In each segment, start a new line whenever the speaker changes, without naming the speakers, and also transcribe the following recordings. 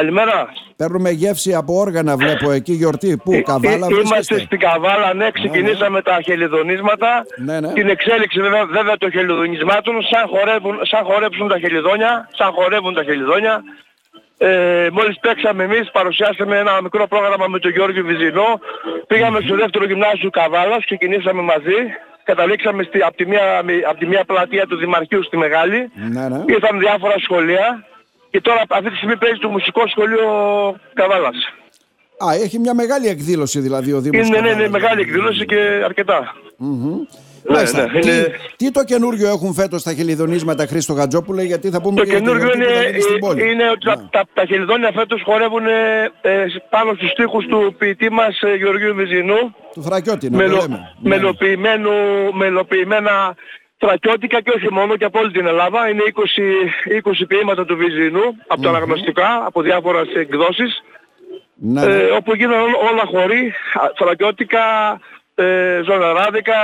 Καλημέρα.
Παίρνουμε γεύση από όργανα, βλέπω εκεί γιορτή. Πού, Καβάλα,
Ε, Είμαστε
βρίσκεστε?
στην Καβάλα, ναι, ξεκινήσαμε τα χελιδονίσματα.
Ναι, ναι.
Την εξέλιξη βέβαια, βέβαια των χελιδονισμάτων, σαν, χορεύουν, σαν χορέψουν τα χελιδόνια, σαν χορεύουν τα χελιδόνια. Ε, μόλις παίξαμε εμείς, παρουσιάσαμε ένα μικρό πρόγραμμα με τον Γιώργο Βυζινό. Πήγαμε στο δεύτερο γυμνάσιο Καβάλας, ξεκινήσαμε μαζί. Καταλήξαμε στη, από, τη μία, από τη μία πλατεία του Δημαρχείου στη Μεγάλη.
Ναι, ναι.
Ήρθαν διάφορα σχολεία. Και τώρα αυτή τη στιγμή παίζει το μουσικό σχολείο Καβάλας.
Α, έχει μια μεγάλη εκδήλωση δηλαδή ο Δήμος.
Είναι ναι, ναι,
Καβάλας.
μεγάλη εκδήλωση και αρκετά.
Μάλιστα.
ναι,
τι,
είναι-
τι το καινούργιο έχουν φέτος στα χελιδονίσματα Χρήστο Γατζόπουλε, γιατί θα πούμε
Το
και για τη
καινούργιο
γιορτή
είναι, ε,
που θα γίνει στην πόλη. Ναι.
είναι ότι τα, τα, τα χελιδόνια φέτος χορεύουν ε, ε, πάνω στους στίχους του ποιητή μας ε, Γεωργίου Βυζινού
Του Θρακιώτη, να το
μελο,
λέμε. Ναι.
μελοποιημένου, μελοποιημένα στρατιώτικα και όχι μόνο και από όλη την Ελλάδα. Είναι 20, 20 ποίηματα του Βυζινού από τα αναγνωστικά, από διάφορες εκδόσεις.
Ναι, ναι.
ε, όπου γίνανε όλα, όλα χωρί, στρατιώτικα, ε, ζωναράδικα,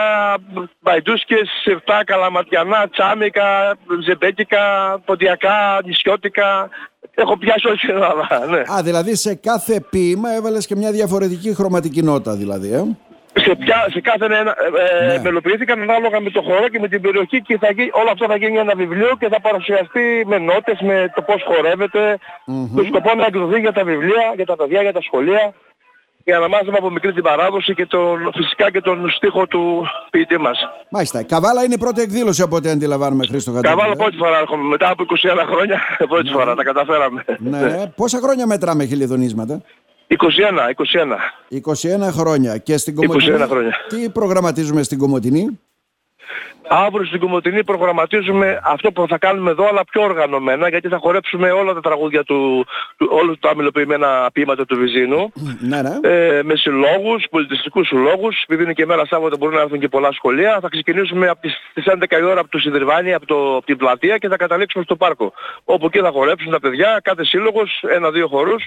μπαϊτούσκες, σιρτά, καλαματιανά, τσάμικα, ζεμπέκικα, ποντιακά, νησιώτικα. Έχω πιάσει όλη την Ελλάδα, ναι.
Α, δηλαδή σε κάθε ποίημα έβαλες και μια διαφορετική χρωματική νότα, δηλαδή. Ε.
Σε, πια, σε κάθε ένα, ε, ε, μελοποιήθηκαν ανάλογα με το χώρο και με την περιοχή και θα, γι- όλο αυτό θα γίνει ένα βιβλίο και θα παρουσιαστεί με νότες, με το πώς χορεύεται, με σκοπό να εκδοθεί για τα βιβλία, για τα παιδιά, για τα σχολεία, για να μάθουμε από μικρή την παράδοση και τον, φυσικά και τον στίχο του ποιητή μας.
Μάλιστα. Καβάλα είναι η πρώτη εκδήλωση από ό,τι αντιλαμβάνουμε, Χρήστο Γατζόπουλε.
Καβάλα πρώτη φορά έρχομαι, μετά από 21 χρόνια πρώτη φορά τα καταφέραμε.
Ναι. Πόσα χρόνια μετράμε χελιδονίσματα.
21, 21.
21 χρόνια. Και στην
21
Κομωτινή.
χρόνια.
Τι προγραμματίζουμε στην Κομωτινή.
Αύριο στην Κομωτινή προγραμματίζουμε αυτό που θα κάνουμε εδώ, αλλά πιο οργανωμένα, γιατί θα χορέψουμε όλα τα τραγούδια του, του όλους τα αμυλοποιημένα ποίηματα του Βυζίνου,
Ναι, ναι.
ε, με συλλόγους, πολιτιστικούς συλλόγους, επειδή είναι και μέρα Σάββατο μπορούν να έρθουν και πολλά σχολεία. Θα ξεκινήσουμε από τις, τις 11 η ώρα από το Σιδερβάνι, από, το, από την πλατεία και θα καταλήξουμε στο πάρκο, όπου εκεί θα χορέψουν τα παιδιά, κάθε σύλλογος, ένα-δύο χορούς,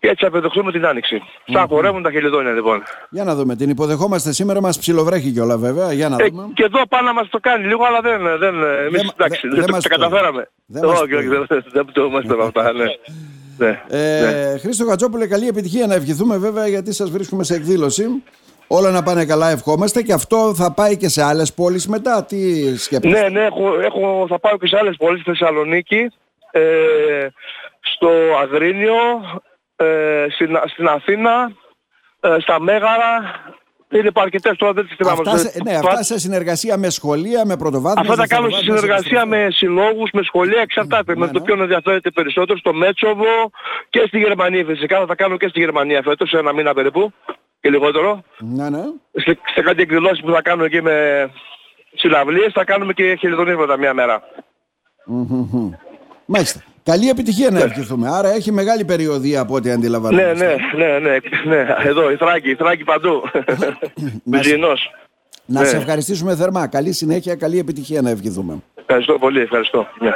και έτσι θα επιδεχθούμε την άνοιξη. Θα χορεύουν τα χελιδόνια λοιπόν.
Για να δούμε. Την υποδεχόμαστε σήμερα, μας ψιλοβρέχει κιόλα βέβαια. Για να
Ε,
δούμε.
και εδώ πάνε να μας το κάνει λίγο, αλλά δεν, δεν, ε, εμείς
μα-
εντάξει,
δε-
δεν
δεν
τα
μας το-
καταφέραμε.
δεν μας
Όχι,
το-
όχι, δεν δεν το είμαστε με αυτά, ναι. Ναι.
Ε, Χρήστο Γατζόπουλε, καλή επιτυχία να ευχηθούμε βέβαια γιατί σας βρίσκουμε σε εκδήλωση. Όλα να πάνε καλά, ευχόμαστε και αυτό θα πάει και σε άλλες πόλεις μετά. Τι σκέφτεσαι.
Ναι, ναι, έχω, έχω, θα πάω και σε άλλες πόλεις, στη Θεσσαλονίκη, ε, στο Αγρίνιο, ε, στην, στην Αθήνα, ε, στα Μέγαρα, είναι αρκετές τώρα, δεν τις θυμάμαι.
αυτά, σε, ναι, αυτά σε συνεργασία με σχολεία, με πρωτοβάθμια.
Αυτά τα κάνω σε Ναι, συνεργασία με συλλόγους, με σχολεία, εξαρτάται με το ποιον ενδιαφέρεται περισσότερο, στο Μέτσοβο και στη Γερμανία φυσικά. Θα τα κάνω και στη Γερμανία φέτος, σε ένα μήνα περίπου και λιγότερο.
Ναι, ναι.
Σε, σε κάτι εκδηλώσεις που θα κάνω εκεί με συναυλίες, θα κάνουμε και χελιδονίσματα μια μέρα.
Μάλιστα. Καλή επιτυχία να ευχηθούμε. Άρα έχει μεγάλη περιοδία από ό,τι
Ναι,
αντιλαμβανόμαστε.
ναι, ναι, ναι, ναι, εδώ η Θράκη, η Θράκη παντού. Μητσινός.
Να
ναι.
σε ευχαριστήσουμε θερμά. Καλή συνέχεια, καλή επιτυχία να ευχηθούμε.
Ευχαριστώ πολύ, ευχαριστώ. Ναι.